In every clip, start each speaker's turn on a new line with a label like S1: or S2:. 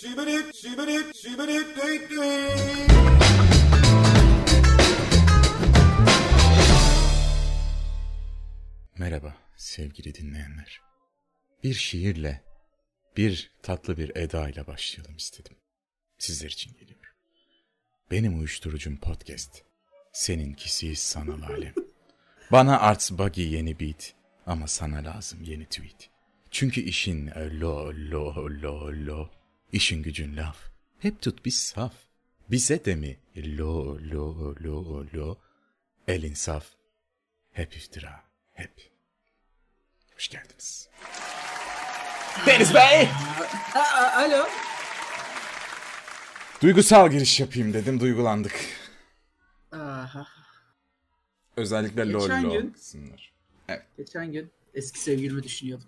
S1: Şibirik, şibirik, şibirik, düt
S2: Merhaba sevgili dinleyenler. Bir şiirle, bir tatlı bir edayla başlayalım istedim. Sizler için geliyor. Benim uyuşturucum podcast. Seninkisi sanal alem. Bana Arts Buggy yeni beat ama sana lazım yeni tweet. Çünkü işin lo lo lo lo, işin gücün laf. Hep tut biz saf. Bize de mi lo lo lo lo, el insaf. Hep iftira, hep. Hoş geldiniz. Deniz Bey!
S3: Aa, alo.
S2: Duygusal giriş yapayım dedim, duygulandık.
S3: Aha.
S2: Özellikle lol
S3: Geçen
S2: lol
S3: gün-
S2: kısımlar.
S3: Geçen gün eski sevgilimi düşünüyordum.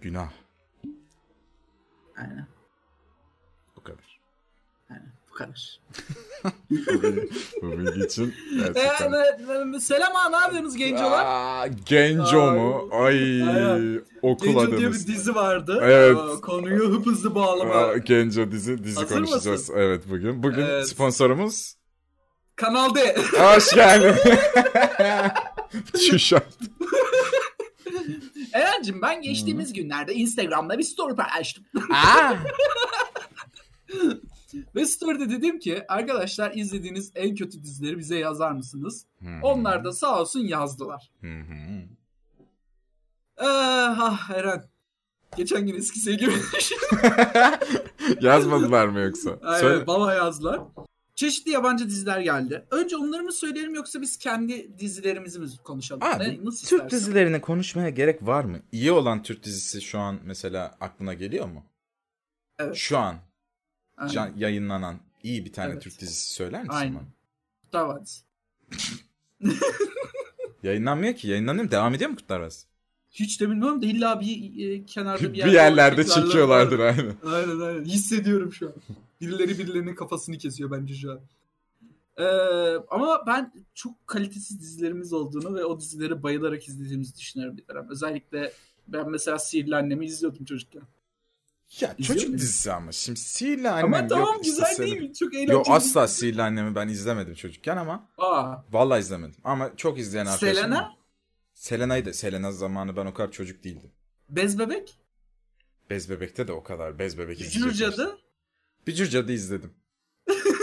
S2: Günah.
S3: Aynen.
S2: Bu kadar.
S3: Aynen. Bu kadar.
S2: Bu bilgi için gerçekten.
S3: Ee, selam abi ne yapıyorsunuz gencolar?
S2: Aa, Genco mu? Ay
S3: Aynen.
S2: okul
S3: Genco diye
S2: adımız.
S3: bir dizi vardı.
S2: Evet.
S3: Ee, konuyu hıp hızlı bağlama.
S2: Aa, Genco dizi dizi
S3: Hazır
S2: konuşacağız.
S3: mısın?
S2: Evet bugün. Bugün
S3: Evet.
S2: sponsorumuz
S3: Kanal D.
S2: hoş geldin. Şu şart.
S3: Eren'cim ben geçtiğimiz günlerde Instagram'da bir story paylaştım. Ve story'de dedim ki arkadaşlar izlediğiniz en kötü dizileri bize yazar mısınız?
S2: Hmm,
S3: Onlar da sağ olsun yazdılar.
S2: Hı hı.
S3: Ee, ah Eren. Geçen gün eski sevgilimi düşünüyordum.
S2: Yazmadılar mı yoksa?
S3: Aynen
S2: Söyle.
S3: baba yazlar. Çeşitli yabancı diziler geldi. Önce onları mı söyleyelim yoksa biz kendi dizilerimizi mi konuşalım?
S2: Abi,
S3: Ne- nasıl
S2: Türk
S3: istersen.
S2: dizilerini konuşmaya gerek var mı? İyi olan Türk dizisi şu an mesela aklına geliyor mu?
S3: Evet.
S2: Şu an
S3: Aynen.
S2: can- yayınlanan iyi bir tane
S3: Evet.
S2: Türk dizisi söyler misin
S3: Aynen.
S2: bana?
S3: Kurtlar Vadisi.
S2: Yayınlanmıyor ki. Yayınlanıyor mu? Devam ediyor mu Kurtlar Vadisi?
S3: Hiç de bilmiyorum da illa bir e, kenarda
S2: Bir,
S3: bir, yerde
S2: yerlerde
S3: çekiyorlar.
S2: çekiyorlardır aynen.
S3: Aynen aynen. Hissediyorum şu an. Birileri birilerinin kafasını kesiyor bence şu an. Ee, ama ben çok kalitesiz dizilerimiz olduğunu ve o dizileri bayılarak izlediğimizi düşünüyorum bir dönem. Özellikle ben mesela Sihirli Annemi izliyordum çocukken.
S2: Ya
S3: İzliyor
S2: çocuk
S3: musun?
S2: dizisi ama. Şimdi Sihirli Annem
S3: Ama tamam
S2: yok,
S3: güzel
S2: işte
S3: değil. Çok eğlenceli.
S2: Sihirli- Yok asla Sihirli Annem'i ben izlemedim çocukken ama
S3: Aa,
S2: vallahi izlemedim. Ama çok izleyen arkadaşım.
S3: Selena?
S2: var. Selena'yı da Selena zamanı ben o kadar çocuk değildim.
S3: Bez Bebek,
S2: Bez Bebek'te de o kadar Bez Bebek
S3: Cür Cadı.
S2: Bücür Cadı izledim.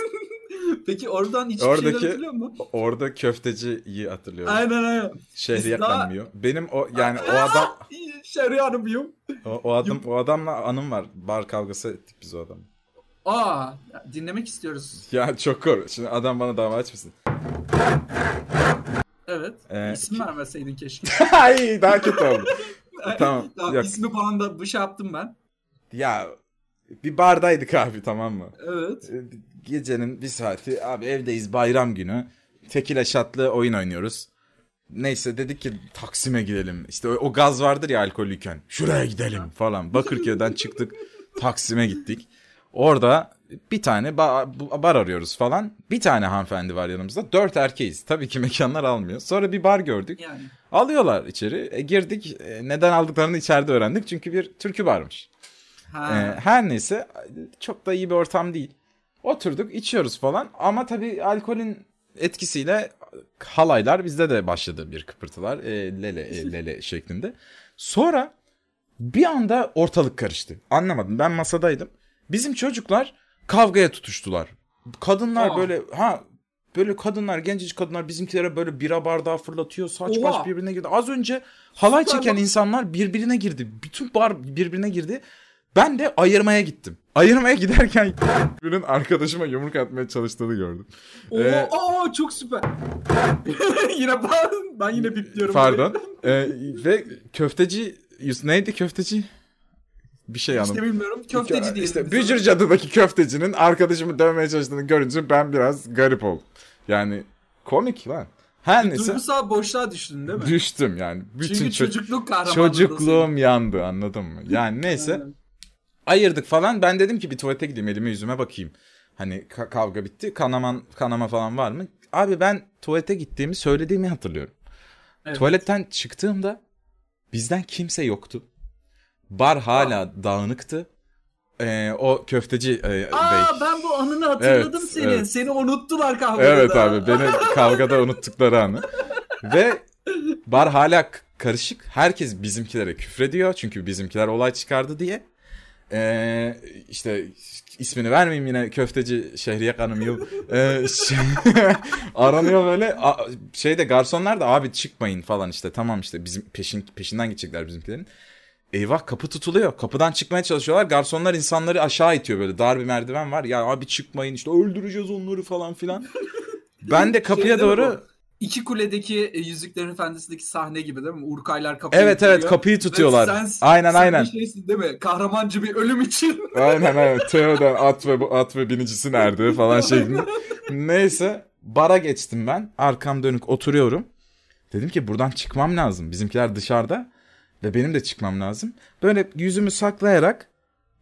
S3: Peki oradan hiçbir şey
S2: Oradaki-
S3: şeyler hatırlıyor musun?
S2: Orada köfteciyi hatırlıyorum.
S3: Aynen aynen.
S2: Şehriyet
S3: Biz daha-
S2: denmiyor. Benim o yani o adam
S3: Şerri Hanım'ıyım.
S2: o, o adam o adamla anım var. Bar kavgası ettik biz o adamla.
S3: Aa ya dinlemek istiyoruz.
S2: Ya çok kor. Şimdi adam bana dava açmasın.
S3: Evet.
S2: Ee,
S3: İsim vermeseydin keşke.
S2: Ay daha kötü oldu. tamam.
S3: Tamam,
S2: yok.
S3: ismi falan da bu şey yaptım ben.
S2: Ya bir bardaydık abi tamam mı?
S3: Evet.
S2: Ee, Gecenin bir saati abi evdeyiz bayram günü. Tekile şatlı oyun oynuyoruz. Neyse dedik ki Taksim'e gidelim. İşte o, o gaz vardır ya alkollüyken. Şuraya gidelim falan. Bakırköy'den çıktık Taksim'e gittik. Orada bir tane ba- bu- bar arıyoruz falan. Bir tane hanımefendi var yanımızda. Dört erkeğiz. Tabii ki mekanlar almıyor. Sonra bir bar gördük.
S3: Yani.
S2: Alıyorlar içeri. E, girdik. E, neden aldıklarını içeride öğrendik. Çünkü bir türkü varmış. Ee,
S3: Ha.
S2: her neyse çok da iyi bir ortam değil. Oturduk içiyoruz falan ama tabii alkolün etkisiyle halaylar bizde de başladı bir kıpırtılar e, lele e, lele şeklinde. Sonra bir anda ortalık karıştı. Anlamadım ben masadaydım. Bizim çocuklar kavgaya tutuştular. Kadınlar
S3: Aa.
S2: böyle ha böyle kadınlar gencecik kadınlar bizimkilere böyle bira bardağı fırlatıyor saç
S3: Oha.
S2: baş birbirine girdi. Az önce halay
S3: Süper
S2: çeken
S3: lan.
S2: insanlar birbirine girdi. Bütün bar birbirine girdi. Ben de ayırmaya gittim. Ayırmaya giderken birinin arkadaşıma yumruk atmaya çalıştığını gördüm.
S3: Oo,
S2: Ee,
S3: oo, çok süper. yine ben, ben yine bipliyorum.
S2: Pardon. Ee, ve köfteci Yus- neydi köfteci? Bir şey
S3: İşte
S2: hanım.
S3: bilmiyorum. Köfteci diyelim.
S2: İşte
S3: biz
S2: Bücür
S3: ona.
S2: Cadı'daki köftecinin arkadaşımı dövmeye çalıştığını görünce ben biraz garip oldum. Yani komik lan. Her neyse
S3: Duygusal boşluğa düştün değil mi?
S2: düştüm yani. Bütün
S3: Çünkü
S2: çocuk-
S3: çocukluk kahramanlığı. da
S2: çocukluğum yandı anladın mı? Yani
S3: senin.
S2: neyse.
S3: Aynen.
S2: ayırdık falan. Ben dedim ki bir tuvalete gideyim elime yüzüme bakayım. Hani ka- kavga bitti. Kanaman, kanama falan var mı? Abi ben tuvalete gittiğimi söylediğimi hatırlıyorum.
S3: Evet.
S2: Tuvaletten çıktığımda bizden kimse yoktu. Bar hala dağınıktı. Ee, o köfteci e,
S3: Aa
S2: bey.
S3: ben bu anını hatırladım
S2: Evet,
S3: seni.
S2: evet.
S3: Seni unuttular kahvede.
S2: Evet abi beni kavgada unuttukları anı. Ve bar hala k- karışık. Herkes bizimkilere küfrediyor. Çünkü bizimkiler olay çıkardı diye. Ee, işte ismini vermeyeyim yine köfteci Şehriye Hanım Yıl. Ee, şey- aranıyor böyle. A- şeyde garsonlar da abi çıkmayın falan işte. Tamam işte bizim peşin peşinden gidecekler bizimkilerin. Eyvah kapı tutuluyor. Kapıdan çıkmaya çalışıyorlar. Garsonlar insanları aşağı itiyor böyle. Dar bir merdiven var. Ya abi çıkmayın işte öldüreceğiz onları falan filan. Ben de kapıya
S3: Şey değil mi
S2: doğru
S3: bu? İki kuledeki e, Yüzüklerin Efendisi'ndeki sahne gibi değil mi? Urkaylar kapıyı
S2: Evet evet
S3: tutuyor.
S2: kapıyı tutuyorlar.
S3: Ve sen-
S2: aynen
S3: sen
S2: aynen.
S3: bir şeysin değil mi? Kahramancı bir ölüm için.
S2: Aynen aynen. Theo'dan at ve bu at ve binicisi nerede falan şeklinde. Neyse bara geçtim ben. Arkam dönük oturuyorum. Dedim ki buradan çıkmam lazım. Bizimkiler dışarıda ve benim de çıkmam lazım. Böyle yüzümü saklayarak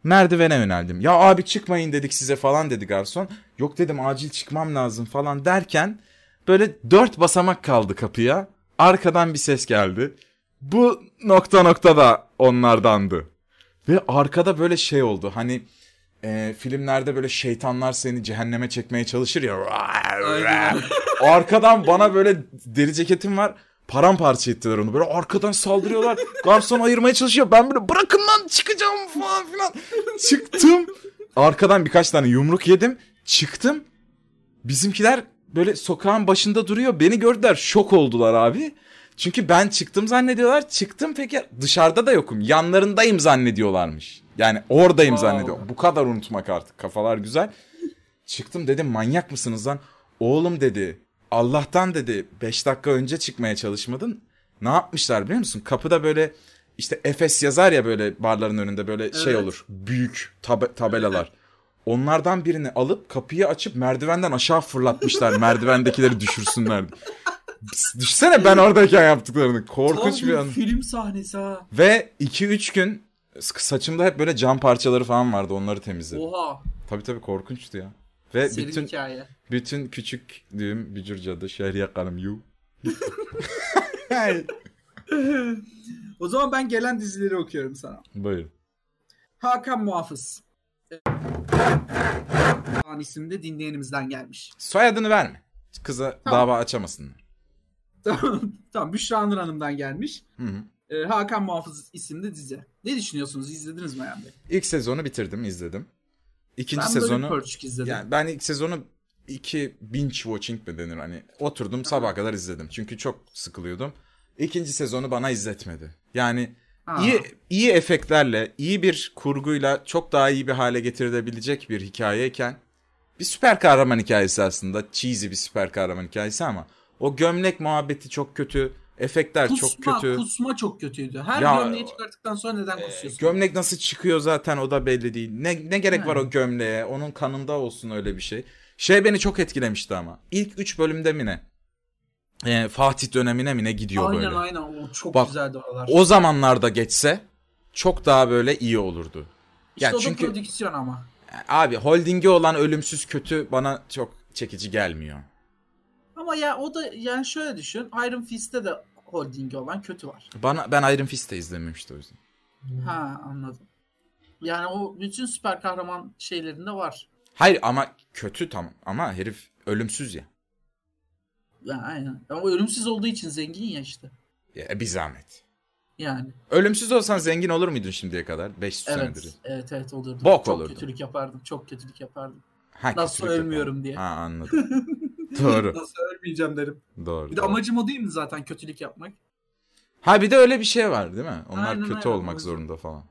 S2: merdivene yöneldim. Ya abi çıkmayın dedik size falan dedi garson. Yok dedim acil çıkmam lazım falan derken böyle dört basamak kaldı kapıya. Arkadan bir ses geldi. Bu nokta nokta da onlardandı. Ve arkada böyle şey oldu. Hani e, filmlerde böyle şeytanlar seni cehenneme çekmeye çalışır ya.
S3: Aynen.
S2: Arkadan bana böyle deri ceketim var. Paramparça ettiler onu. Böyle arkadan saldırıyorlar. Garson ayırmaya çalışıyor. Ben böyle bırakın lan çıkacağım falan filan. Çıktım. Arkadan birkaç tane yumruk yedim. Çıktım. Bizimkiler böyle sokağın başında duruyor. Beni gördüler. Şok oldular abi. Çünkü ben çıktım zannediyorlar. Çıktım peki dışarıda da yokum. Yanlarındayım zannediyorlarmış. Yani oradayım
S3: Wow.
S2: zannediyor. Bu kadar unutmak artık. Kafalar güzel. Çıktım dedim manyak mısınız lan? Oğlum dedi. Allah'tan dedi 5 dakika önce çıkmaya çalışmadın. Ne yapmışlar biliyor musun? Kapıda böyle işte Efes yazar ya böyle barların önünde böyle şey
S3: Evet.
S2: olur. Büyük tabe- tabelalar. Onlardan birini alıp kapıyı açıp merdivenden aşağı fırlatmışlar. merdivendekileri düşürsünler. diye. Düşsene ben oradayken yaptıklarını. Korkunç
S3: Tam
S2: bir an.
S3: Film sahnesi ha.
S2: Ve 2-3 gün saçımda hep böyle cam parçaları falan vardı. Onları temizledim.
S3: Oha.
S2: Tabii tabii korkunçtu ya. Ve
S3: Serin
S2: bütün
S3: Oh. hikaye.
S2: bütün küçük düğüm bücür cadı şehriye kanım yu.
S3: o zaman ben gelen dizileri okuyorum sana.
S2: Buyurun.
S3: Hakan Muhafız. Hakan isimde dinleyenimizden gelmiş.
S2: Soyadını verme. Kıza
S3: Tamam.
S2: dava açamasınlar.
S3: Tamam. tamam. Büşra Nur Hanım'dan gelmiş.
S2: Hı hı.
S3: Ee, Hakan Muhafız isimli dizi. Ne düşünüyorsunuz? İzlediniz mi yani?
S2: İlk sezonu bitirdim izledim. İkinci
S3: ben
S2: sezonu
S3: Ben Purge izledim.
S2: yani ben ilk sezonu iki binge watching mi denir hani oturdum sabah kadar izledim. Çünkü çok sıkılıyordum. İkinci sezonu bana izletmedi. Yani
S3: Ha.
S2: iyi iyi efektlerle, iyi bir kurguyla çok daha iyi bir hale getirilebilecek bir hikayeyken bir süper kahraman hikayesi aslında. Cheesy bir süper kahraman hikayesi ama o gömlek muhabbeti çok kötü. Efektler
S3: Kusma,
S2: çok kötü.
S3: kusma çok kötüydü. Her
S2: Ya- e,
S3: gömleği çıkarttıktan sonra neden kusuyorsun?
S2: Gömlek nasıl çıkıyor zaten o da belli değil. Ne, ne gerek var
S3: Yani.
S2: o gömleğe? Onun kanında olsun öyle bir şey. Şey beni çok etkilemişti ama. İlk 3 bölümde mi ne? Ee, Fatih dönemine mi ne gidiyor
S3: aynen
S2: böyle?
S3: aynen. O çok
S2: Bak,
S3: güzeldi oralar.
S2: O zamanlarda geçse çok daha böyle iyi olurdu.
S3: işte
S2: yani
S3: o da
S2: çünkü-
S3: prodüksiyon ama.
S2: Abi holdingi olan ölümsüz kötü bana çok çekici gelmiyor.
S3: Ama ya o da yani şöyle düşün. Iron Fist'te de holdingi olan kötü var.
S2: Bana ben Iron Fist'i izlememişti o yüzden.
S3: Ha anladım. Yani o bütün süper kahraman şeylerinde var.
S2: Hayır ama kötü tamam ama herif ölümsüz ya.
S3: Ya, aynen. Ama o ölümsüz olduğu için zengin ya işte.
S2: ya e, bir zahmet.
S3: Yani.
S2: Ölümsüz olsan zengin olur muydun şimdiye kadar? 500 senedir.
S3: Evet. Evet evet olurdu.
S2: Bok
S3: çok
S2: olurdu.
S3: kötülük yapardım. Çok kötülük yapardım.
S2: Ha,
S3: Nasıl
S2: kötülük
S3: ölmüyorum
S2: yapalım.
S3: diye.
S2: Ha anladım. doğru.
S3: Nasıl ölmeyeceğim derim.
S2: Doğru.
S3: Bir de
S2: doğru.
S3: amacım o değil mi zaten kötülük yapmak?
S2: Ha bir de öyle bir şey var değil mi? Onlar
S3: Aynen,
S2: kötü
S3: aynen,
S2: olmak
S3: amacı.
S2: zorunda falan.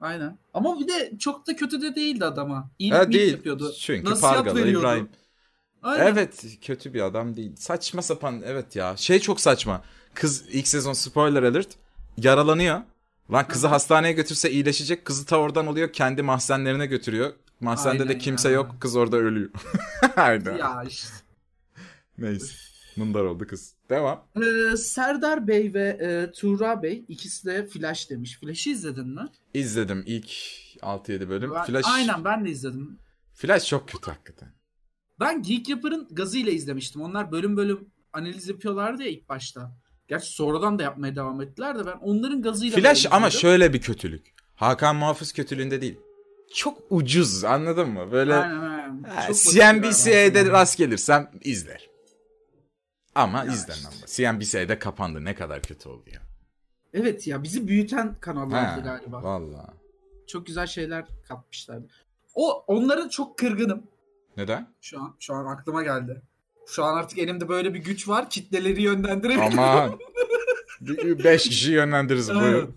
S3: Aynen. Ama bir de çok da kötü de değildi adama. İyilik
S2: Ha,
S3: evet,
S2: değil.
S3: yapıyordu.
S2: Çünkü
S3: Nasihat
S2: Pargalı
S3: veriyordu.
S2: İbrahim.
S3: Aynen.
S2: Evet kötü bir adam değil. Saçma sapan evet ya. Şey çok saçma. Kız ilk sezon spoiler alert yaralanıyor. Lan kızı
S3: Hı.
S2: hastaneye götürse iyileşecek. Kızı ta oradan oluyor kendi mahzenlerine götürüyor. Mahzende de
S3: Aynen
S2: kimse
S3: ya.
S2: yok. Kız orada ölüyor. Aynen.
S3: Ya işte.
S2: Neyse. Mundar oldu kız. Devam.
S3: Ee, Serdar Bey ve e, Tuğra Bey ikisi de Flash demiş. Flash'ı izledin mi?
S2: İzledim ilk 6-7 bölüm.
S3: Ben-
S2: Flash,
S3: Aynen ben de izledim.
S2: Flash çok kötü hakikaten.
S3: Ben Geek Yapar'ın gazıyla izlemiştim. Onlar bölüm bölüm analiz yapıyorlardı ya ilk başta. Gerçi sonradan da yapmaya devam ettiler de ben onların gazıyla
S2: Flash
S3: böyle
S2: ama
S3: izledim.
S2: şöyle bir kötülük. Hakan Muhafız kötülüğünde değil. çok ucuz anladın mı? Böyle
S3: Aynen, aynen.
S2: Ha,
S3: Çok basit
S2: CNBC'de
S3: galiba.
S2: rast gelirsem izler. Ama
S3: Ya
S2: izlemem. CNBC'de kapandı ne kadar kötü oldu ya.
S3: Evet ya bizi büyüten kanallardı
S2: Ha,
S3: galiba.
S2: valla.
S3: Çok güzel şeyler katmışlardı. O onlara çok kırgınım.
S2: Neden?
S3: Şu an şu an aklıma geldi. Şu an artık elimde böyle bir güç var. Kitleleri yönlendirebilirim.
S2: Ama 5 kişi yönlendiririz
S3: Evet.
S2: buyurun.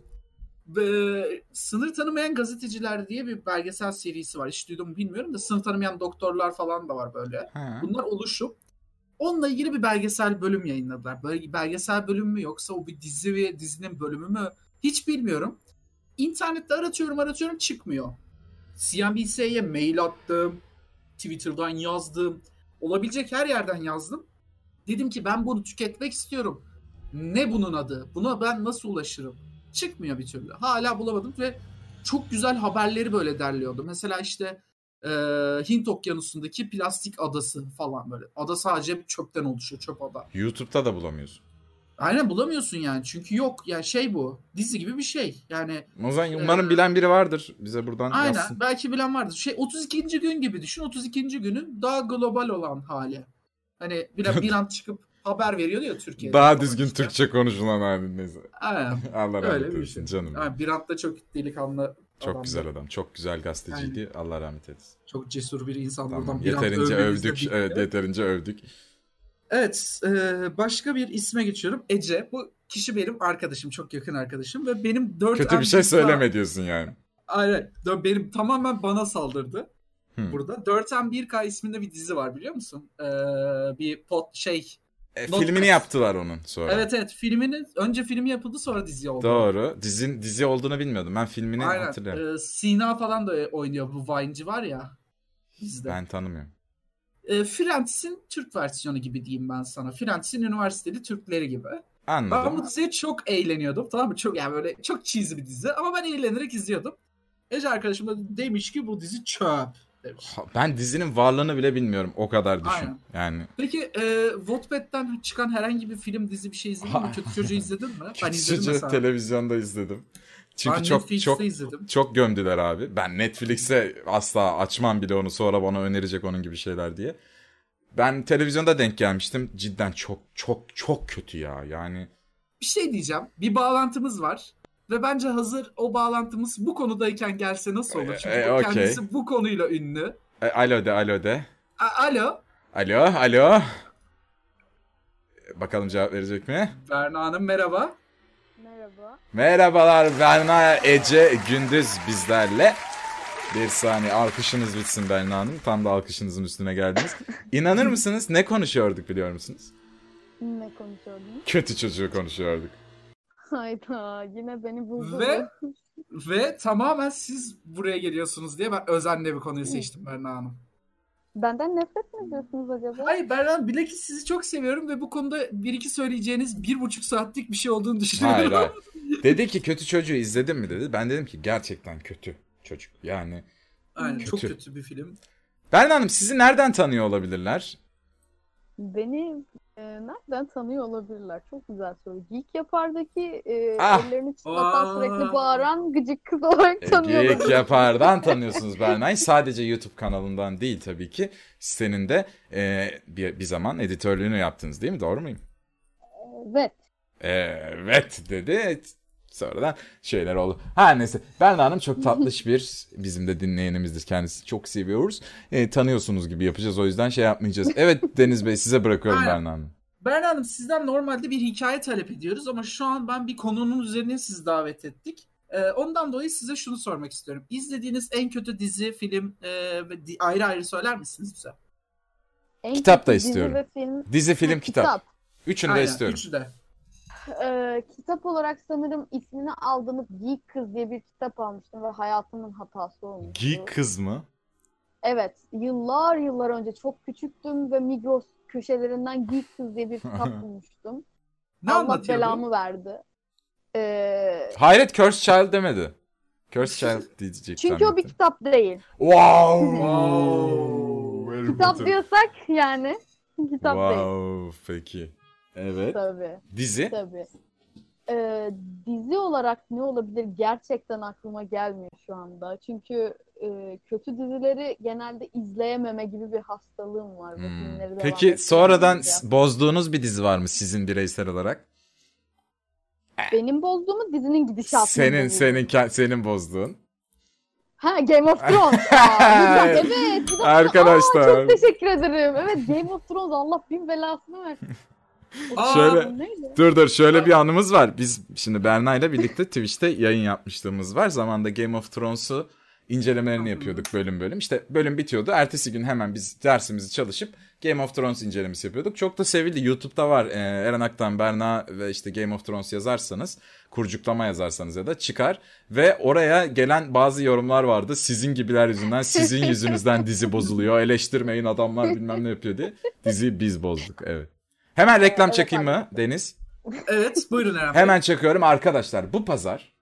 S3: Be- Sınır tanımayan gazeteciler diye bir belgesel serisi var. Hiç duydum mu bilmiyorum da sınır tanımayan doktorlar falan da var böyle.
S2: Ha.
S3: Bunlar oluşup onunla ilgili bir belgesel bölüm yayınladılar. Böyle bir belgesel bölüm mü yoksa o bir dizi ve dizinin bölümü mü hiç bilmiyorum. İnternette aratıyorum aratıyorum çıkmıyor. CNBC'ye mail attım. Twitter'dan yazdım. Olabilecek her yerden yazdım. Dedim ki ben bunu tüketmek istiyorum. Ne bunun adı? Buna ben nasıl ulaşırım? Çıkmıyor bir türlü. Hala bulamadım ve çok güzel haberleri böyle derliyordu. Mesela işte e, Hint okyanusundaki plastik adası falan böyle. Ada sadece bir çöpten oluşuyor. Çöp ada.
S2: YouTube'da da bulamıyorsun.
S3: Aynen bulamıyorsun yani. Çünkü yok. Yani şey bu. Dizi gibi bir şey. Yani
S2: O zaman umarım bilen biri vardır. Bize buradan
S3: Ee, aynen.
S2: yazsın.
S3: Belki bilen vardır. Şey 32. gün gibi düşün. 32. günün daha global olan hali. Hani bir, bir an çıkıp haber veriyor ya Türkiye'de.
S2: Daha
S3: falan
S2: düzgün
S3: işte.
S2: Türkçe konuşulan halindeyse.
S3: Aynen.
S2: Allah
S3: Öyle
S2: rahmet
S3: bir
S2: eylesin
S3: şey.
S2: canım.
S3: Aynen. Birant da çok delikanlı
S2: Çok
S3: adamdı.
S2: güzel adam. Çok güzel gazeteciydi. Allah rahmet eylesin.
S3: Çok cesur bir insan
S2: Tamam.
S3: buradan Birant
S2: Yeterince
S3: övmemiz de
S2: övdük.
S3: bitti.
S2: Evet, yeterince övdük.
S3: Evet, e, başka bir isme geçiyorum. Ece. Bu kişi benim arkadaşım, çok yakın arkadaşım ve benim dört
S2: Kötü bir şey
S3: amcim daha-
S2: söyleme diyorsun yani.
S3: Aynen. dö- Benim tamamen bana saldırdı.
S2: Hmm.
S3: Burada 4M1K isminde bir dizi var biliyor musun? Ee, bir pot şey.
S2: E,
S3: Not-
S2: filmini yaptılar onun sonra.
S3: Evet evet filmini önce filmi yapıldı sonra dizi oldu.
S2: Doğru. Dizin dizi olduğunu bilmiyordum. Ben filmini hatırlıyorum.
S3: Aynen. Ee, Sina falan da oynuyor bu Vine'ci var ya dizide.
S2: Ben tanımıyorum.
S3: Ee, Friends'in Türk versiyonu gibi diyeyim ben sana. Friends'in üniversiteli Türkleri gibi. Ben
S2: Anladım.
S3: bu diziye çok eğleniyordum tamam mı? Çok yani böyle çok cheesy bir dizi ama ben eğlenerek izliyordum. Ece arkadaşım da demiş ki bu dizi çöp demiş.
S2: Ha, Ben dizinin varlığını bile bilmiyorum. O kadar düşün.
S3: Aynen.
S2: Yani
S3: Peki e, Wattpad'den çıkan herhangi bir film dizi bir şey izledin mi? Kötü Çocuğu izledin mi? ben izledim
S2: Küçücü
S3: mesela.
S2: televizyonda izledim. Çünkü
S3: Ben
S2: çok
S3: Netflix'te
S2: çok
S3: izledim.
S2: çok gömdüler abi. Ben Netflix'e asla açmam bile onu sonra bana önerecek onun gibi şeyler diye. Ben televizyonda denk gelmiştim. Cidden çok çok çok kötü ya. Yani
S3: Bir şey diyeceğim. Bir bağlantımız var. Ve bence hazır o bağlantımız bu konudayken gelse nasıl olur? Çünkü
S2: E, e,
S3: o
S2: okey.
S3: kendisi bu konuyla ünlü.
S2: E, alo de alo de.
S3: A- Alo.
S2: Alo alo. E, Bakalım cevap verecek mi?
S3: Berna Hanım merhaba.
S4: Merhaba.
S2: Merhabalar Berna Ece Gündüz bizlerle. Bir saniye alkışınız bitsin Berna Hanım. Tam da alkışınızın üstüne geldiniz. İnanır mısınız ne konuşuyorduk biliyor musunuz?
S4: Ne konuşuyordun?
S2: Kötü çocuğu konuşuyorduk.
S4: Hayda yine beni buldun.
S3: Ve ve tamamen siz buraya geliyorsunuz diye ben özenle bir konuyu seçtim Berna Hanım.
S4: Benden nefret mi ediyorsunuz acaba?
S3: Hayır Berna Hanım bilakis sizi çok seviyorum ve bu konuda bir iki söyleyeceğiniz bir buçuk saatlik bir şey olduğunu
S2: Hayır
S3: düşünüyorum.
S2: hayır. Dedi ki kötü çocuğu izledin mi dedi. Ben dedim ki gerçekten kötü çocuk. Yani
S3: Aynen, çok
S2: Kötü.
S3: kötü bir film.
S2: Berna Hanım sizi nereden tanıyor olabilirler?
S4: Beni e, nereden tanıyor olabilirler? Çok güzel soru. Geek Yapar'daki e,
S2: Ah! E,
S4: ellerini çıtlatan
S3: Aa!
S4: sürekli bağıran gıcık kız olarak tanıyor
S2: Geek
S4: olabilirler.
S2: Yapar'dan tanıyorsunuz Berna'yı. Sadece YouTube kanalından değil tabii ki. Sitenin de e, bir, bir zaman editörlüğünü yaptınız değil mi? Doğru muyum?
S4: Evet.
S2: Evet dedi. Sonradan şeyler oldu. Her neyse. Berna Hanım çok tatlış bir bizim de dinleyenimizdir kendisi. Çok seviyoruz. E, tanıyorsunuz gibi yapacağız. O yüzden şey yapmayacağız. Evet Deniz Bey size bırakıyorum
S3: Aynen.
S2: Berna Hanım.
S3: Berna Hanım sizden normalde bir hikaye talep ediyoruz ama şu an ben bir konunun üzerine sizi davet ettik. Ee, ondan dolayı size şunu sormak istiyorum. İzlediğiniz en kötü dizi, film e, ve di- ayrı ayrı söyler misiniz bize?
S4: En
S2: Kitap da
S4: kötü
S2: istiyorum.
S4: Dizi ve film.
S2: Dizi,
S4: Ha,
S2: film, kitap. Üçünü de istiyorum.
S3: üçü de.
S4: Ee, kitap olarak sanırım ismini aldığımız Geek Kız diye bir kitap almıştım ve hayatımın hatası olmuştu.
S2: Geek kız mı?
S4: Evet, yıllar yıllar önce çok küçüktüm ve Migros köşelerinden Geek Kız diye bir kitap bulmuştum.
S3: Ne
S4: Allah
S3: anlatıyor bu?
S4: belamı verdi. Ee,
S2: Hayret Cursed Child demedi. Cursed Child diyecek.
S4: çünkü o bir
S2: zannettim.
S4: kitap değil.
S2: Wow.
S3: Wow.
S2: Harry
S4: Kitap
S2: Potter.
S4: diyorsak yani kitap değil.
S2: Wow. Peki. Evet.
S4: Tabii,
S2: Dizi.
S4: tabii. Ee, dizi olarak ne olabilir gerçekten aklıma gelmiyor şu anda. Çünkü e, kötü dizileri genelde izleyememe gibi bir hastalığım var. bu
S2: Hmm.
S4: filmleri devam
S2: Peki
S4: ettiremeyince.
S2: sonradan s- bozduğunuz bir dizi var mı sizin bireysel olarak?
S4: benim bozduğumu dizinin gidişatı.
S2: Senin senin ke- senin bozduğun.
S4: Ha Game of Thrones. Aa, güzel. evet. bu da-
S2: Arkadaşlar.
S4: Aa, çok teşekkür ederim. Evet Game of Thrones Allah bin belasını versin.
S3: Aa,
S2: Şöyle-
S4: Neydi?
S2: Dur dur şöyle bir anımız var. Biz şimdi Berna ile birlikte Twitch'te yayın yapmışlığımız var. Zamanında Game of Thrones'u incelemelerini yapıyorduk bölüm bölüm. İşte bölüm bitiyordu. Ertesi gün hemen biz dersimizi çalışıp Game of Thrones incelemesi yapıyorduk. Çok da sevildi. YouTube'da var. Ee, Eren Aktan, Berna ve işte Game of Thrones yazarsanız, kurcuklama yazarsanız ya da çıkar. Ve oraya gelen bazı yorumlar vardı. Sizin gibiler yüzünden, sizin yüzünüzden dizi bozuluyor. Eleştirmeyin adamlar bilmem ne yapıyor diye. Diziyi biz bozduk. Evet. Hemen reklam
S4: Evet,
S2: çekeyim mi Deniz?
S3: Evet buyurun Eren Bey.
S2: Hemen çakıyorum arkadaşlar. Bu pazar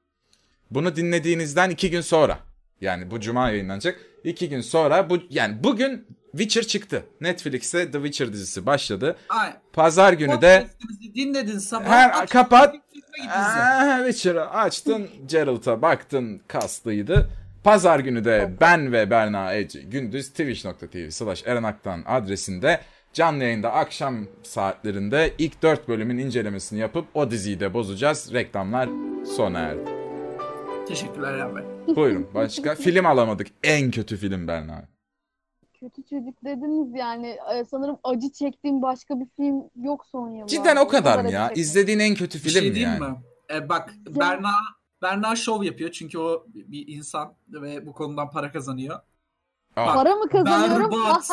S2: bunu dinlediğinizden iki gün sonra yani bu cuma yayınlanacak. iki gün sonra bu yani bugün Witcher çıktı. Netflix'te The Witcher dizisi başladı.
S3: Ay,
S2: Pazar günü de
S3: podcastimizi dinledin sabah.
S2: Her-
S3: akşam
S2: kapat.
S3: gitme git izle.
S2: Aa, Witcher'ı açtın Geralt'a baktın kaslıydı. Pazar günü de ben ve Berna Ece Gündüz twitch.tv slash erenaktan adresinde canlı yayında akşam saatlerinde ilk 4 bölümün incelemesini yapıp o diziyi de bozacağız. Reklamlar sona erdi.
S3: Teşekkürler Eren Bey.
S2: Buyurun başka. film alamadık. En kötü film Berna.
S4: Kötü çocuk dediniz yani. Ee, Sanırım acı çektiğim başka bir film yok son yıllarda.
S2: Cidden o kadar mı
S4: acı
S2: ya?
S4: çektim.
S2: İzlediğin en kötü
S3: Bir
S2: film
S3: şey
S2: mi
S3: diyeyim
S2: yani?
S3: mi? E, bak Berna Berna şov yapıyor çünkü o bir insan ve bu konudan para kazanıyor.
S2: Aa,
S4: Para mı kazanıyorum?
S3: Berbat.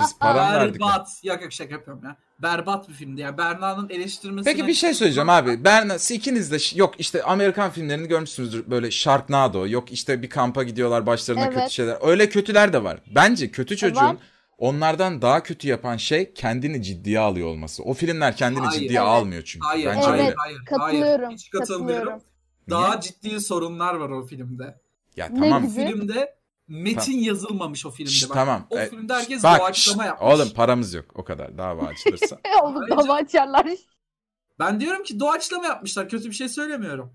S2: biz para mı verdik? ya?
S3: Berbat. Yok yok şaka yapıyorum ya. Berbat bir filmdi ya. Berna'nın eleştirmesine...
S2: Peki bir şey söyleyeceğim abi. Berna siz ikiniz de ş- yok işte Amerikan filmlerini görmüşsünüzdür böyle Sharknado yok işte bir kampa gidiyorlar başlarına
S4: Evet. E,
S2: kötü şeyler. Öyle kötüler de var. Bence kötü çocuğun
S4: Var.
S2: onlardan daha kötü yapan şey kendini ciddiye alıyor olması. O filmler kendini
S3: Hayır.
S2: ciddiye
S4: Evet.
S2: almıyor çünkü.
S3: Hayır,
S2: Bence
S3: hayır,
S2: öyle.
S4: Evet.
S3: hayır,
S4: Katılıyorum,
S3: hayır. Hiç katılmıyorum.
S4: katılıyorum.
S3: Daha
S2: Niye?
S3: ciddi sorunlar var o filmde.
S2: Ya
S4: Ne
S2: tamam.
S3: O
S4: Bizi-
S3: filmde metin yazılmamış o filmde.
S2: Şşş,
S3: bak.
S2: tamam.
S3: O
S2: E,
S3: filmde herkes
S2: bak,
S3: doğaçlama
S2: şşt,
S3: yapmış.
S2: Oğlum paramız yok o kadar dava açılırsa.
S4: E, Oğlum
S3: Ayrıca-
S4: dava açarlar.
S3: Ben diyorum ki doğaçlama yapmışlar. Kötü bir şey söylemiyorum.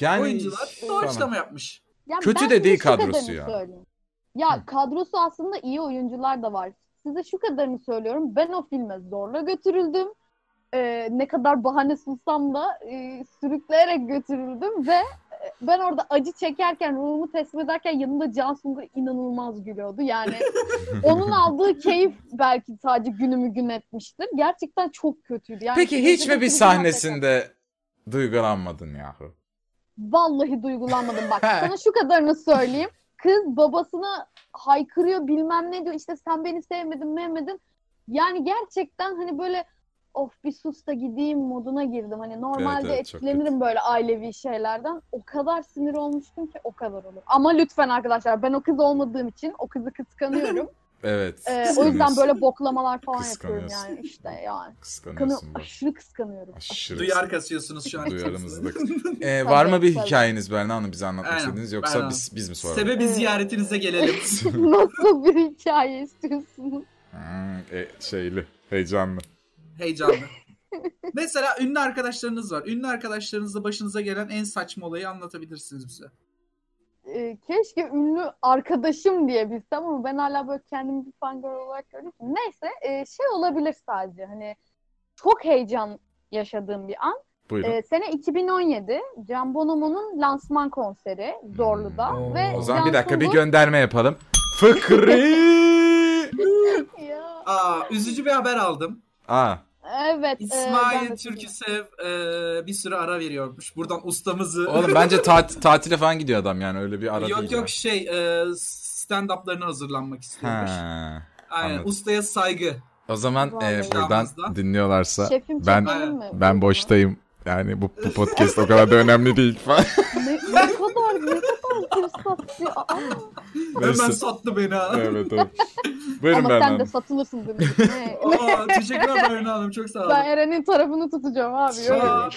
S2: Yani
S3: Oyuncular doğaçlama
S2: Tamam.
S3: yapmış.
S4: Ya
S2: Kötü
S4: ben
S2: de
S4: size
S2: değil
S4: şu
S2: kadrosu
S4: kadarını
S2: ya.
S4: söyleyeyim. Ya
S2: Hı.
S4: kadrosu aslında iyi oyuncular da var. Size şu kadarını söylüyorum. Ben o filme zorla götürüldüm. Ee, ne kadar bahane sunsam da e, sürükleyerek götürüldüm ve e, ben orada acı çekerken, ruhumu teslim ederken yanımda Can Sungur inanılmaz gülüyordu. Yani onun aldığı keyif belki sadece günümü gün etmiştir. Gerçekten çok kötüydü. Yani
S2: Peki hiç mi bir
S4: izlediğim filmden-
S2: sahnesinde duygulanmadın yahu?
S4: Vallahi duygulanmadım bak. sana şu kadarını söyleyeyim. Kız babasına haykırıyor bilmem ne diyor. İşte sen beni sevmedin Mehmet'in. Yani gerçekten hani böyle of bir sus da gideyim moduna girdim. Hani normalde
S2: evet, çok
S4: etkilenirim böyle ailevi şeylerden. O kadar sinir olmuştum ki o kadar olur. Ama lütfen arkadaşlar ben o kız olmadığım için o kızı kıskanıyorum.
S2: Evet.
S4: Ee, o yüzden
S2: kıskanıyorsun.
S4: böyle boklamalar falan yapıyorum
S2: Kıskanıyorsun.
S4: yani işte yani. Kıskanıyorum.
S2: Kıskanıyorsun bak.
S4: Aşırı kıskanıyorum.
S2: Aşırı.
S3: Duyar kasıyorsunuz şu an.
S2: Duyarımızlık.
S3: ikiniz de.
S2: Ee, var mı bir
S4: Tabii.
S2: hikayeniz Berna Hanım bize anlatmak
S3: Aynen,
S2: istediğiniz yoksa
S3: Berna.
S2: biz, biz mi soralım?
S3: Sebebi ziyaretinize gelelim.
S4: Nasıl bir hikaye istiyorsunuz?
S2: Hmm, e, şeyli, heyecanlı.
S3: Heyecanlı. Mesela ünlü arkadaşlarınız var. Ünlü arkadaşlarınızla başınıza gelen en saçma olayı anlatabilirsiniz bize.
S4: e, keşke ünlü arkadaşım diyebilsem ama ben hala böyle kendimi bir fangirl olarak görüyorum. Neyse e, şey olabilir sadece hani çok heyecan yaşadığım bir an.
S2: Buyurun.
S4: E, sene 2017 Can Bonomo'nun lansman konseri Zorlu'da
S3: Hmm.
S4: ve
S2: o zaman bir
S4: Can
S2: dakika bir
S4: Sungur-
S2: gönderme yapalım. Fıkri!
S4: Ya,
S3: Aa, üzücü bir haber aldım.
S2: Aa,
S4: Evet. e, ben
S3: İsmail
S4: de-
S3: Türküsev e, bir süre ara veriyormuş. Buradan ustamızı...
S2: oğlum bence tat, tatile falan gidiyor adam yani öyle bir ara
S3: yok
S2: değil
S3: yok şey e, stand-up'larına hazırlanmak
S2: ya.
S3: istiyormuş.
S2: Ha.
S3: Aynen
S2: anladım.
S3: ustaya saygı.
S2: O zaman e,
S4: Vallahi.
S2: buradan dinliyorlarsa
S4: Şefim
S2: Ben-
S4: çekelim mi?
S2: ben boştayım. Yani bu, bu podcast o kadar da önemli değil falan.
S4: Ne, ne kadar ne kadar fırsat ya. Aa,
S2: Neyse.
S3: Hemen sattı beni ha.
S2: evet evet. Buyurun
S4: Ama
S2: Berna
S4: sen
S2: Hanım.
S4: de satılırsın demek. Ne?
S3: Aa, teşekkürler Berna Hanım çok sağ olun.
S4: Ben Eren'in tarafını tutacağım abi. yok.
S3: Aa.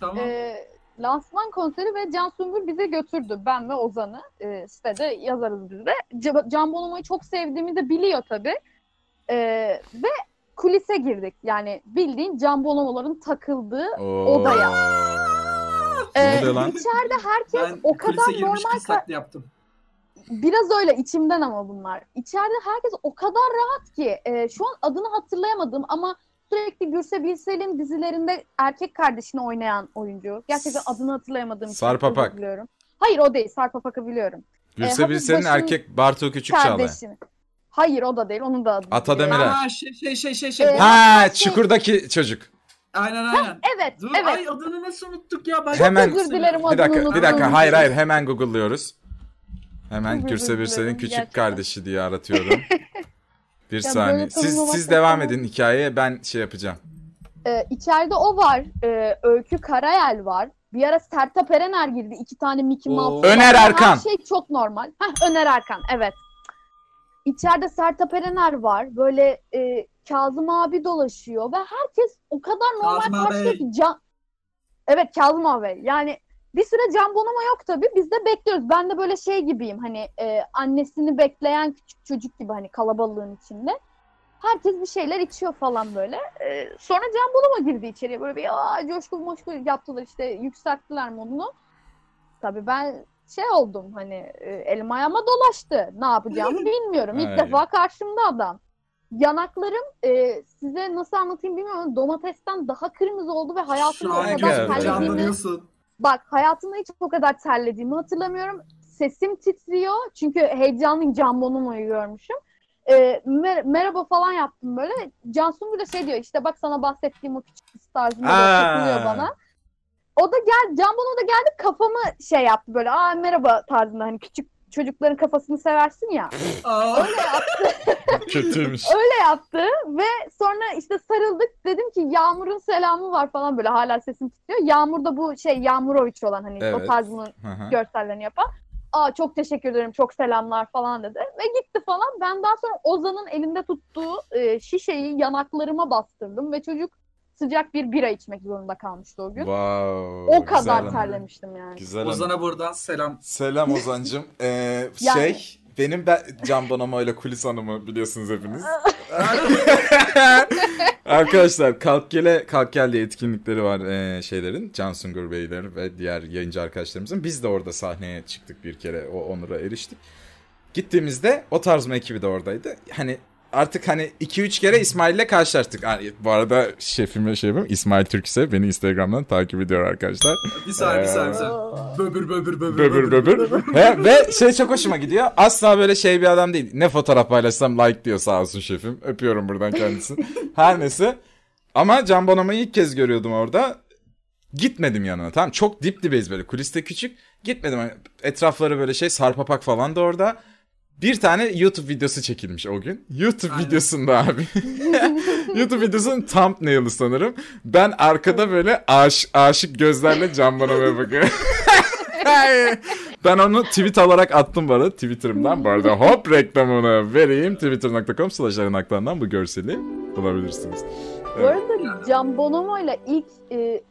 S3: tamam.
S4: Ee, lansman konseri ve Can Sümbül bize götürdü. Ben ve Ozan'ı. Ee, sitede yazarız biz de. Ca- Can Bonomo'yu çok sevdiğimi de biliyor tabii. Ee, ve kulise girdik. Yani bildiğin Can Bonomo'ların takıldığı. odaya.
S2: Ne
S4: Ee,
S2: oluyor lan?
S4: içeride herkes
S3: ben
S4: o kadar
S3: kulise girmiş
S4: normal
S3: kız taklidi yaptım.
S4: Biraz öyle içimden ama bunlar. İçeride herkes o kadar rahat ki e, şu an adını hatırlayamadım ama sürekli Gürse Birsel'in dizilerinde erkek kardeşini oynayan oyuncu. Gerçekten adını hatırlayamadığım için
S2: Sarp
S4: özür
S2: Apak.
S4: diliyorum. Hayır o değil. Sarp Apak'ı biliyorum.
S2: Gülse
S4: Hafif
S2: Birsel'in
S4: başın-
S2: erkek Bartu Küçük Çağlayan.
S4: Kardeşini. Hayır o da değil. Onun da adını
S2: Ata
S4: biliyorum.
S2: Demirer.
S3: Aa, şey şey şey şey. şey.
S4: Ee,
S2: Ha çukurdaki çocuk.
S3: Aynen aynen.
S4: Evet,
S3: Dur,
S4: evet.
S3: Ay adını nasıl unuttuk ya? Ben
S2: Hemen-
S4: Özür dilerim
S2: Bir
S4: adını
S2: dakika, bir dakika.
S4: unuttum.
S2: Hayır hayır hemen google'lıyoruz. Hemen
S4: Çok
S2: Gürse
S4: özür
S2: Birsel'in
S4: dilerim,
S2: küçük
S4: gerçekten.
S2: kardeşi diye aratıyorum. bir
S4: böyle
S2: saniye. Siz
S4: tanımlamak
S2: siz
S4: da
S2: devam
S4: tamam.
S2: edin hikayeye. Ben şey yapacağım.
S4: Ee, içeride o var. Ee, Öykü Karayel var. Bir ara Sertab Erener girdi. iki tane Mickey
S3: Oo.
S4: Mouse.
S2: Öner
S4: Her
S2: Erkan.
S4: şey çok normal. Heh, Öner Erkan evet. İçeride Sertab Erener var. Böyle e, Kazım abi dolaşıyor ve herkes o kadar normal
S3: Kazım abi.
S4: karşılıyor ki. Can... Evet Kazım abi. Yani bir süre Can Bonomo yok tabii. Biz de bekliyoruz. Ben de böyle şey gibiyim. Hani e, annesini bekleyen küçük çocuk gibi hani kalabalığın içinde. Herkes bir şeyler içiyor falan böyle. Ee, sonra Can Bonomo girdi içeriye. Böyle bir aa coşku moşku yaptılar işte yükselttiler modunu. Tabii ben şey oldum hani e, elim ayağıma dolaştı. Ne yapacağımı bilmiyorum. İlk
S2: Ay.
S4: defa karşımda adam. Yanaklarım e, size nasıl anlatayım bilmiyorum ama domatesten daha kırmızı oldu ve hayatımda o
S2: an
S4: kadar
S2: gerçekten
S4: terlediğimi
S3: canlanıyorsun.
S4: Bak hayatımda hiç o kadar terlediğimi hatırlamıyorum. Sesim titriyor çünkü heyecanlı Can Bonomo'yu görmüşüm. Ee, mer- merhaba falan yaptım böyle. Cansu burada şey diyor işte bak sana bahsettiğim o küçük kız tarzında
S2: Aa.
S4: da takılıyor bana. O da gel Can Bonomo da geldi kafamı şey yaptı böyle aa merhaba tarzında hani küçük çocukların kafasını seversin ya.
S3: Aa,
S5: Kötüymüş.
S4: Öyle yaptı ve sonra işte sarıldık. Dedim ki Yağmur'un selamı var falan böyle hala sesim titriyor. Yağmur da bu şey Yağmuroviç olan hani o
S2: Evet.
S4: tarz bunun
S2: Hı hı.
S4: görsellerini yapan. Aa çok teşekkür ederim, çok selamlar falan dedi. Ve gitti falan. Ben daha sonra Ozan'ın elinde tuttuğu e, şişeyi yanaklarıma bastırdım ve çocuk sıcak bir bira içmek zorunda kalmıştı o gün.
S2: Wow,
S4: o
S2: güzel
S4: kadar
S2: hanım.
S4: terlemiştim yani.
S2: Güzel hanım.
S3: Ozan'a buradan selam.
S2: Selam Ozan'cım. Ee,
S4: Yani.
S2: Şey benim ben Can Bonomo ile kulis hanımı biliyorsunuz hepiniz. Arkadaşlar Kalk Gele, Kalk Gel diye etkinlikleri var ee, şeylerin. Can Sungur Beyler ve diğer yayıncı arkadaşlarımızın. Biz de orada sahneye çıktık bir kere. O onura eriştik. Gittiğimizde o tarz mı ekibi de oradaydı. Hani artık hani 2-3 kere İsmail'le karşılaştık. Yani bu arada şefimle şey yapayım. İsmail Türkse beni Instagram'dan takip ediyor arkadaşlar.
S3: Bir saniye bir saniye. bir saniye.
S4: Aa.
S3: Böbür böbür
S2: Böbür
S3: böbür.
S2: böbür. He, ve şey çok hoşuma gidiyor. Asla böyle şey bir adam değil. Ne fotoğraf paylaşsam like diyor sağ olsun şefim. Öpüyorum buradan kendisini. Her neyse. Ama Can Bonomo'yu ilk kez görüyordum orada. Gitmedim yanına tamam. Çok dip dibeyiz böyle. Kuliste küçük. Gitmedim. Hani Etrafları böyle şey sarpapak falan da orada. Bir tane YouTube videosu çekilmiş o gün. YouTube
S3: Aynen.
S2: videosunda abi. YouTube videosunun thumbnail'ı sanırım. Ben arkada böyle aş, aşık gözlerle Can Bonomo'ya bakıyorum. ben onu tweet olarak attım bana Twitter'ımdan. Bu arada hop reklamını vereyim. Twitter.com slash aranaktandan bu görseli bulabilirsiniz.
S4: Bu arada Can Bonomo ile ilk e,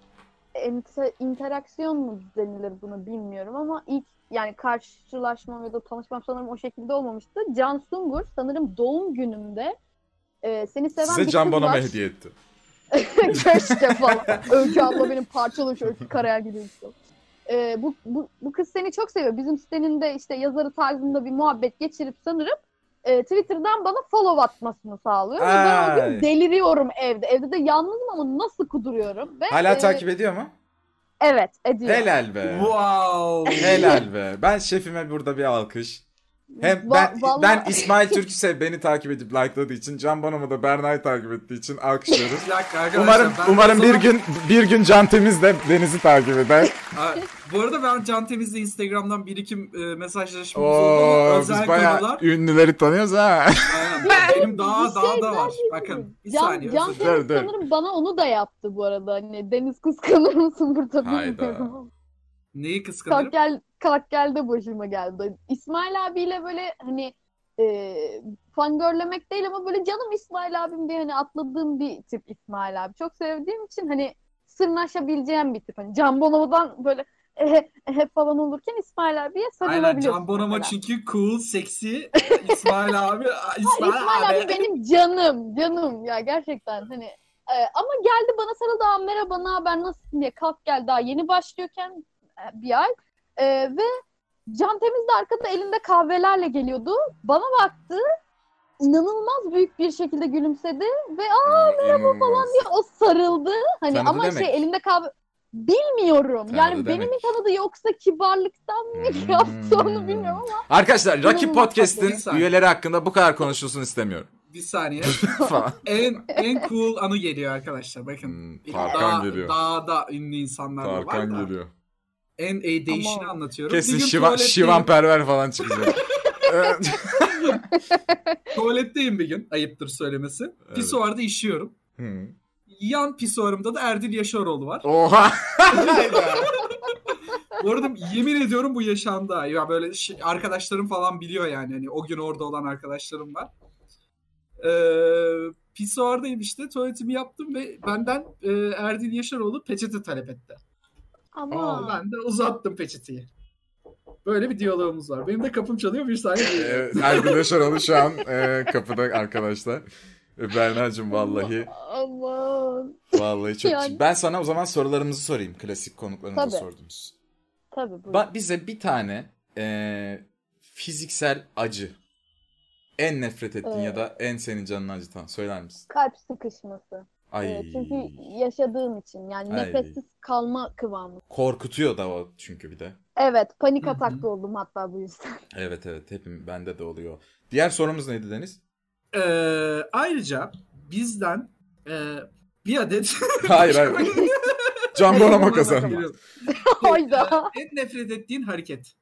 S4: ente- interaksiyon mu denilir bunu bilmiyorum ama ilk yani karşılaşmam ya da tanışmam sanırım o şekilde olmamıştı. Can Sungur sanırım doğum günümde e, seni seven
S2: Size
S4: bir
S2: Can
S4: kız
S2: Bonomo
S4: var.
S2: hediye etti.
S4: Keşke falan. Öykü abla benim parçalamış Öykü Karayel gibi bir şey. Ee, bu, bu, bu kız seni çok seviyor. Bizim sitenin de işte yazarı tarzında bir muhabbet geçirip sanırım e, Twitter'dan bana follow atmasını sağlıyor. Ve ben o
S2: Ay.
S4: gün deliriyorum evde. Evde de yalnızım ama nasıl kuduruyorum. Ve,
S2: Hala
S4: e,
S2: takip ediyor mu?
S4: Evet ediyor.
S2: Helal be.
S3: Wow.
S2: Helal be. Ben şefime burada bir alkış. Hem
S4: Va-
S2: ben,
S4: vallahi-
S2: ben İsmail Türküse beni takip edip likeladığı için Can Bonomo da Berna'yı takip ettiği için alkışlıyoruz.
S3: Bir dakika arkadaşlar.
S2: umarım
S3: ben
S2: umarım
S3: Ozan'a-
S2: bir gün bir gün Can Temiz de Deniz'i takip eder.
S3: Aa, Bu arada ben Can Temiz'le Instagram'dan birikim e, mesajlaşmamız oldu ama
S2: Oo, biz
S3: özel
S2: bayağı
S3: konular.
S2: ünlüleri tanıyoruz ha.
S3: Aynen.
S4: Ya
S3: Benim daha
S4: bir
S3: daha
S4: şey
S3: da
S4: daha
S3: var. Bakın bir
S4: Can,
S3: saniye. özür
S4: Can
S3: dilerim.
S2: Dur,
S4: Temiz
S2: dur.
S4: sanırım bana onu da yaptı bu arada. Hani Deniz kıskanır mısın burada
S2: Hayda.
S4: bilmiyorum ama.
S3: Neyi kıskanırım?
S4: Kalk gel, kalk gel de başıma geldi. İsmail abiyle böyle hani e, fangörlemek değil ama böyle canım İsmail abim diye hani atladığım bir tip İsmail abi. Çok sevdiğim için hani sırnaşabileceğim bir tip. Hani Can Bonomo'dan böyle ehe, ehe falan olurken İsmail abiye
S3: Aynen
S4: sarılabiliyorsun.
S3: Can Bonomo
S4: mesela.
S3: çünkü cool, seksi. İsmail abi. İsmail,
S4: İsmail
S3: abi.
S4: abi benim canım, canım ya gerçekten hani e, ama geldi bana sarıldı "Aa, merhaba ne haber nasılsın diye kalk gel daha yeni başlıyorken e, bir ay E, ve Can Temiz de arkada elinde kahvelerle geliyordu. Bana baktı. inanılmaz büyük bir şekilde gülümsedi ve aa
S2: merhaba
S4: falan diye o sarıldı. Hani
S2: Tanıdı
S4: ama
S2: demek.
S4: şey elinde kahve bilmiyorum.
S2: Tanıdı
S4: yani beni
S2: demek.
S4: mi tanıdı yoksa kibarlıktan mı
S2: Hmm.
S4: yaptı onu şey bilmiyorum ama
S2: Arkadaşlar Rakip
S4: İnanılmaz
S2: Podcast'in
S3: insan.
S2: üyeleri hakkında bu kadar konuşulsun istemiyorum.
S3: Bir saniye.
S2: Falan.
S3: en en cool anı geliyor arkadaşlar. Bakın.
S2: Hmm,
S3: daha,
S2: Tarkan geliyor.
S3: Daha da ünlü insanlar da var da.
S2: Tarkan geliyor.
S3: En e, değişini
S4: Ama-
S3: anlatıyorum.
S2: Kesin
S3: Bir gün
S2: Şivan,
S3: tuvaletteyim-
S2: Şivan Perver falan çıkacak. Evet.
S3: Tuvaletteyim bir gün. Ayıptır söylemesi. Pisuarda işiyorum.
S2: Hmm.
S3: Yan pisuarımda da Erdil Yaşaroğlu var.
S2: Oha.
S3: Bu arada yemin ediyorum bu yaşandı. ha. Ya böyle şi- arkadaşlarım falan biliyor yani. Hani o gün orada olan arkadaşlarım var. Ee, Pisuardayım işte tuvaletimi yaptım ve benden e, Erdil Yaşaroğlu peçete talep etti.
S4: ama
S3: Ben de uzattım peçeteyi. Böyle bir diyalogumuz var. Benim de kapım çalıyor bir saniye. geliyorum.
S2: Evet, Ergun Yaşaroğlu şu an e, kapıda arkadaşlar. E, Berna'cığım vallahi
S4: aman.
S2: vallahi çok.
S4: Yani.
S2: Ben sana o zaman sorularımızı sorayım. Klasik konuklarımıza
S4: Tabii.
S2: sorduğumuz.
S4: Tabii bu.
S2: Ba- bize bir tane e, fiziksel acı. En nefret ettiğin
S4: Ee.
S2: ya da en senin canını acıtan söyler misin?
S4: kalp sıkışması.
S2: Ay.
S4: Evet, çünkü yaşadığım için yani
S2: Ay.
S4: nefessiz kalma kıvamı.
S2: Korkutuyor da o çünkü bir de.
S4: Evet panik
S3: Hı hı.
S4: ataklı oldum hatta bu yüzden.
S2: Evet evet hepim bende de oluyor. Diğer sorumuz neydi Deniz?
S3: Ee, ayrıca bizden e, bir adet
S2: Hayır hayır. Can Bonomo kazandı.
S3: Geliyorum.
S4: Hayda.
S3: en nefret ettiğin hareket.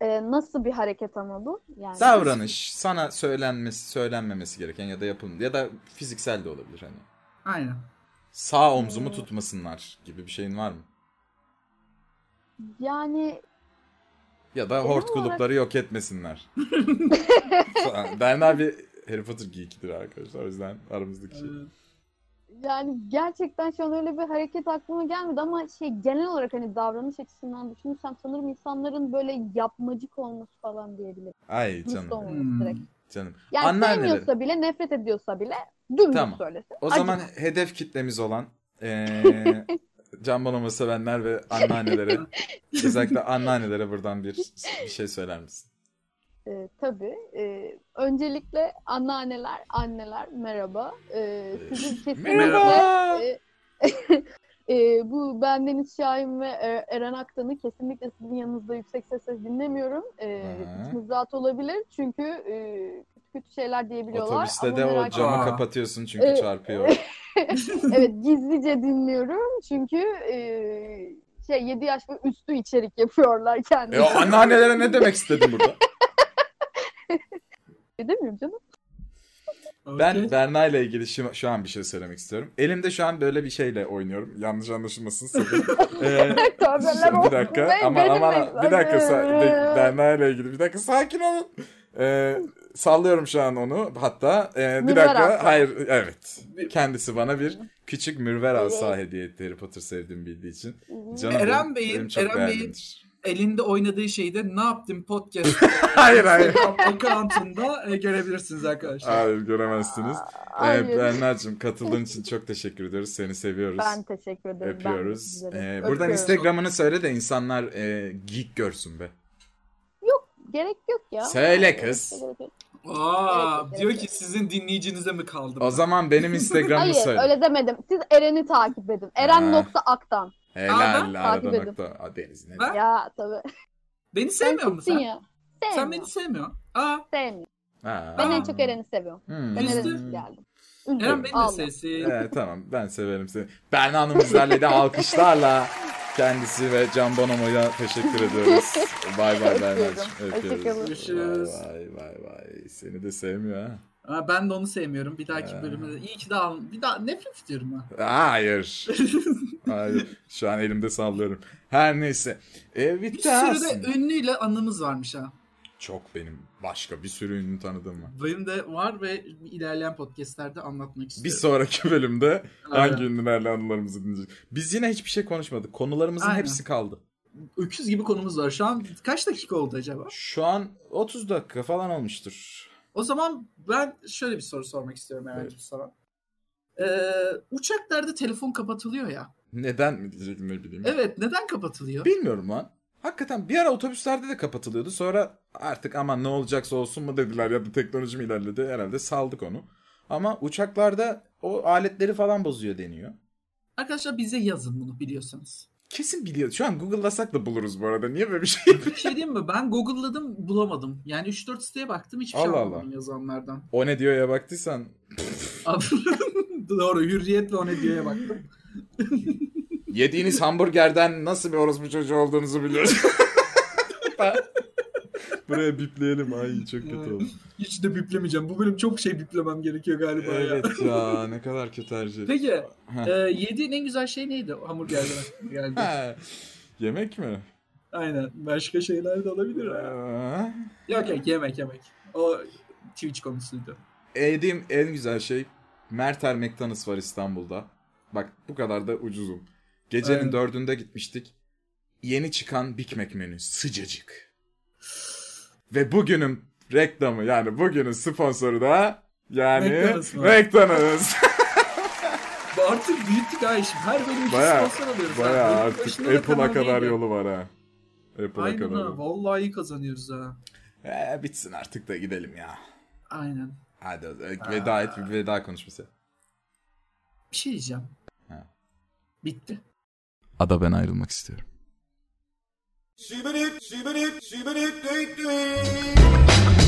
S4: Ee, nasıl bir hareket ama bu? Yani
S2: Davranış sana söylenmesi söylenmemesi gereken ya da yapılmış ya da fiziksel de olabilir hani.
S3: Aynen.
S2: Sağ omzumu tutmasınlar gibi bir şeyin var mı?
S4: yani
S2: Ya da
S4: Genel
S2: hortkulukları yok etmesinler. Falan. Berna bir Harry Potter geekidir arkadaşlar. O yüzden aramızdaki şey.
S4: yani gerçekten şu an öyle bir hareket aklıma gelmedi ama şey genel olarak hani davranış açısından düşünürsem sanırım insanların böyle yapmacık olması falan diyebilirim.
S2: Ay
S4: Hırslı
S2: canım.
S3: Hmm.
S4: olması direkt.
S2: Canım.
S4: Yani
S2: Anneanneleri.
S4: sevmiyorsa bile nefret ediyorsa bile dümdüz
S2: Tamam.
S4: söylesin.
S2: O
S4: Acı.
S2: zaman hedef kitlemiz olan eee Can Bonomo sevenler ve anneannelere özellikle anneannelere buradan bir, bir şey söyler misin?
S4: Ee, tabii. Ee, öncelikle anneanneler, anneler merhaba. Ee, sizin kesinlikle
S2: Merhaba.
S4: e, e, bu ben Deniz Şahin ve e, Eren Aktan'ı kesinlikle sizin yanınızda yüksek sesle dinlemiyorum. E,
S2: Aha.
S4: içiniz rahat olabilir çünkü e, kötü kötü şeyler diyebiliyorlar.
S2: Otobüste
S4: ama
S2: de o
S4: merak Ee,
S2: camı
S3: Aa.
S2: kapatıyorsun çünkü
S4: Evet.
S2: çarpıyor.
S4: evet gizlice dinliyorum çünkü e, şey 7 yaş ve üstü içerik yapıyorlar
S2: e,
S4: kendileri.
S2: o anneannelere ne demek istedin burada?
S4: Demiyorum canım.
S2: Ben Berna ile ilgili şu, şu an bir şey söylemek istiyorum. Elimde şu an böyle bir şeyle oynuyorum. Yanlış anlaşılmasın sakın. Ee,
S4: Tövbeler olsun.
S2: bir dakika
S4: Benim-
S2: ama ama
S4: benim-
S2: bir dakika sa-
S4: Ay,
S2: bir- Berna ile ilgili bir dakika sakin olun. Ee, sallıyorum şu an onu hatta Ee, bir
S4: Mürver
S2: dakika
S4: Aslan.
S2: hayır evet kendisi bana bir küçük mürver asa hediye etti Harry Potter sevdiğimi bildiği için. Canım benim-
S3: Eren Bey'in-
S2: benim çok
S3: Eren Bey'in-
S2: değerlidir.
S3: Elinde oynadığı şeyde ne yaptın podcast
S2: Hayır hayır.
S3: account'unda e, görebilirsiniz arkadaşlar.
S2: Hayır göremezsiniz.
S4: Hayır.
S2: Ee, Berna'cığım katıldığın için çok teşekkür ediyoruz. Seni seviyoruz.
S4: Ben teşekkür ederim. Ben
S2: Öpüyoruz.
S4: sizlere.
S2: Ee, buradan
S4: Öpüyorum.
S2: Instagram'ını söyle de insanlar e, geek görsün be.
S4: Gerek yok ya. Ee,
S2: Söyle kız.
S4: Gerek yok.
S3: Aa,
S4: Evet,
S3: diyor
S4: evet.
S3: ki sizin dinleyicinize mi kaldım?
S2: O zaman benim Instagram'ımı
S4: Hayır
S2: söyle.
S4: öyle demedim. Siz Eren'i takip edin. Eren
S2: Ha.
S4: nokta Aktan.
S2: Helal
S4: takip
S2: arada
S4: edin.
S2: nokta. Aa, Deniz ne?
S3: Ben-
S4: Ya tabii.
S3: Beni sevmiyor musun sen?
S4: ya.
S3: Sen
S4: Sevmiyorum.
S3: beni sevmiyorsun. Aa,
S4: Sevmiyorum.
S2: Ha.
S4: Ben en
S3: Aa.
S4: çok Eren'i seviyorum.
S2: Hmm.
S4: Ben
S3: Üzdü.
S4: Eren'i geldim. Üzdü.
S3: Eren beni de
S4: Ağla.
S3: sevsin.
S2: Evet, tamam ben severim seni. Berna Hanım bizlerle de alkışlarla kendisi ve Can Bonomo'ya teşekkür ediyoruz. Bay bay Berna'cığım.
S4: Öpüyorum.
S2: Öpüyoruz.
S3: Görüşürüz.
S2: Bay bay bay. Seni de sevmiyor ha.
S3: Aa, ben de onu sevmiyorum. Bir dahaki
S2: Ee.
S3: bölümde iyi ki daha bir daha nefret ediyorum ha.
S2: Hayır. Hayır. Şu an elimde sallıyorum. Her neyse. Ee,
S3: Bir
S2: bitti
S3: sürü
S2: aslında.
S3: de ünlüyle anımız varmış ha.
S2: Çok benim başka bir sürü ünlü tanıdığım var.
S3: Benim de var ve ilerleyen podcastlerde anlatmak
S2: Bir
S3: istiyorum.
S2: sonraki bölümde
S3: Aynen.
S2: hangi ünlülerle anılarımızı dinleyeceğiz. Biz yine hiçbir şey konuşmadık. Konularımızın
S3: Aynen.
S2: hepsi kaldı.
S3: Öküz gibi konumuz var. Şu an kaç dakika oldu acaba?
S2: Şu an 30 dakika falan olmuştur.
S3: O zaman ben şöyle bir soru sormak istiyorum Eren'cim sana. Ee, uçaklarda telefon kapatılıyor ya.
S2: Neden mi diyecektim ne bileyim.
S3: Evet neden kapatılıyor?
S2: Bilmiyorum lan. Hakikaten bir ara otobüslerde de kapatılıyordu. Sonra artık aman ne olacaksa olsun mu dediler ya da teknoloji mi ilerledi herhalde saldık onu. Ama uçaklarda o aletleri falan bozuyor deniyor.
S3: Arkadaşlar bize yazın bunu biliyorsanız.
S2: Kesin biliyor. Şu an Google'lasak da buluruz bu arada. Niye böyle bir şey
S3: Bir şey diyeyim mi? Ben Google'ladım bulamadım. Yani 3-4 siteye baktım hiçbir şey
S2: Allah
S3: almadım
S2: Allah.
S3: yazanlardan.
S2: O ne diyor ya baktıysan.
S3: Abi, Doğru Hürriyet ve Ona Diyor'ya baktım.
S2: Yediğiniz hamburgerden nasıl bir orospu çocuğu olduğunuzu biliyoruz. Buraya bipleyelim. Ay çok
S3: kötü
S2: kötü
S3: Evet.
S2: oldu.
S3: oldu. Hiç de biplemeyeceğim. Bu bölüm çok şey biplemem gerekiyor galiba ya.
S2: Evet ya ne kadar kötü her şey.
S3: Peki
S2: Ha.
S3: e, yediğin en güzel şey neydi? Hamburgerden aklıma geldi.
S2: Ha, Yemek mi?
S3: Aynen. Başka şeyler de olabilir. ha.
S2: Ee,
S3: Yok yok yemek yemek. O Twitch konusuydu.
S2: Yediğim en güzel şey Merter McDonald's var İstanbul'da. Bak bu kadar da ucuzum. Gecenin
S3: Aynen.
S2: dördünde gitmiştik. Yeni çıkan Big Mac menü sıcacık. Ve bugünün reklamı yani bugünün sponsoru da yani
S3: McDonald's mı?
S2: McDonald's.
S3: Bu Artık büyüttük ha işim. Her bölüm iki
S2: Baya
S3: sponsor alıyoruz.
S2: baya
S3: ha. Bölüm
S2: artık
S3: başında da
S2: Apple'a kadar
S3: kanalıydı.
S2: yolu var ha. Apple'a
S3: Aynen
S2: kadar.
S3: ha.
S2: yolu.
S3: Vallahi iyi kazanıyoruz ha.
S2: Ee, bitsin artık da gidelim ya.
S3: Aynen.
S2: Hadi e, veda et bir veda konuşması.
S3: Bir şey diyeceğim.
S2: Ha.
S3: Bitti.
S2: Ada ben ayrılmak istiyorum.
S1: Shibbity, shibbity, shibbity, doo doo.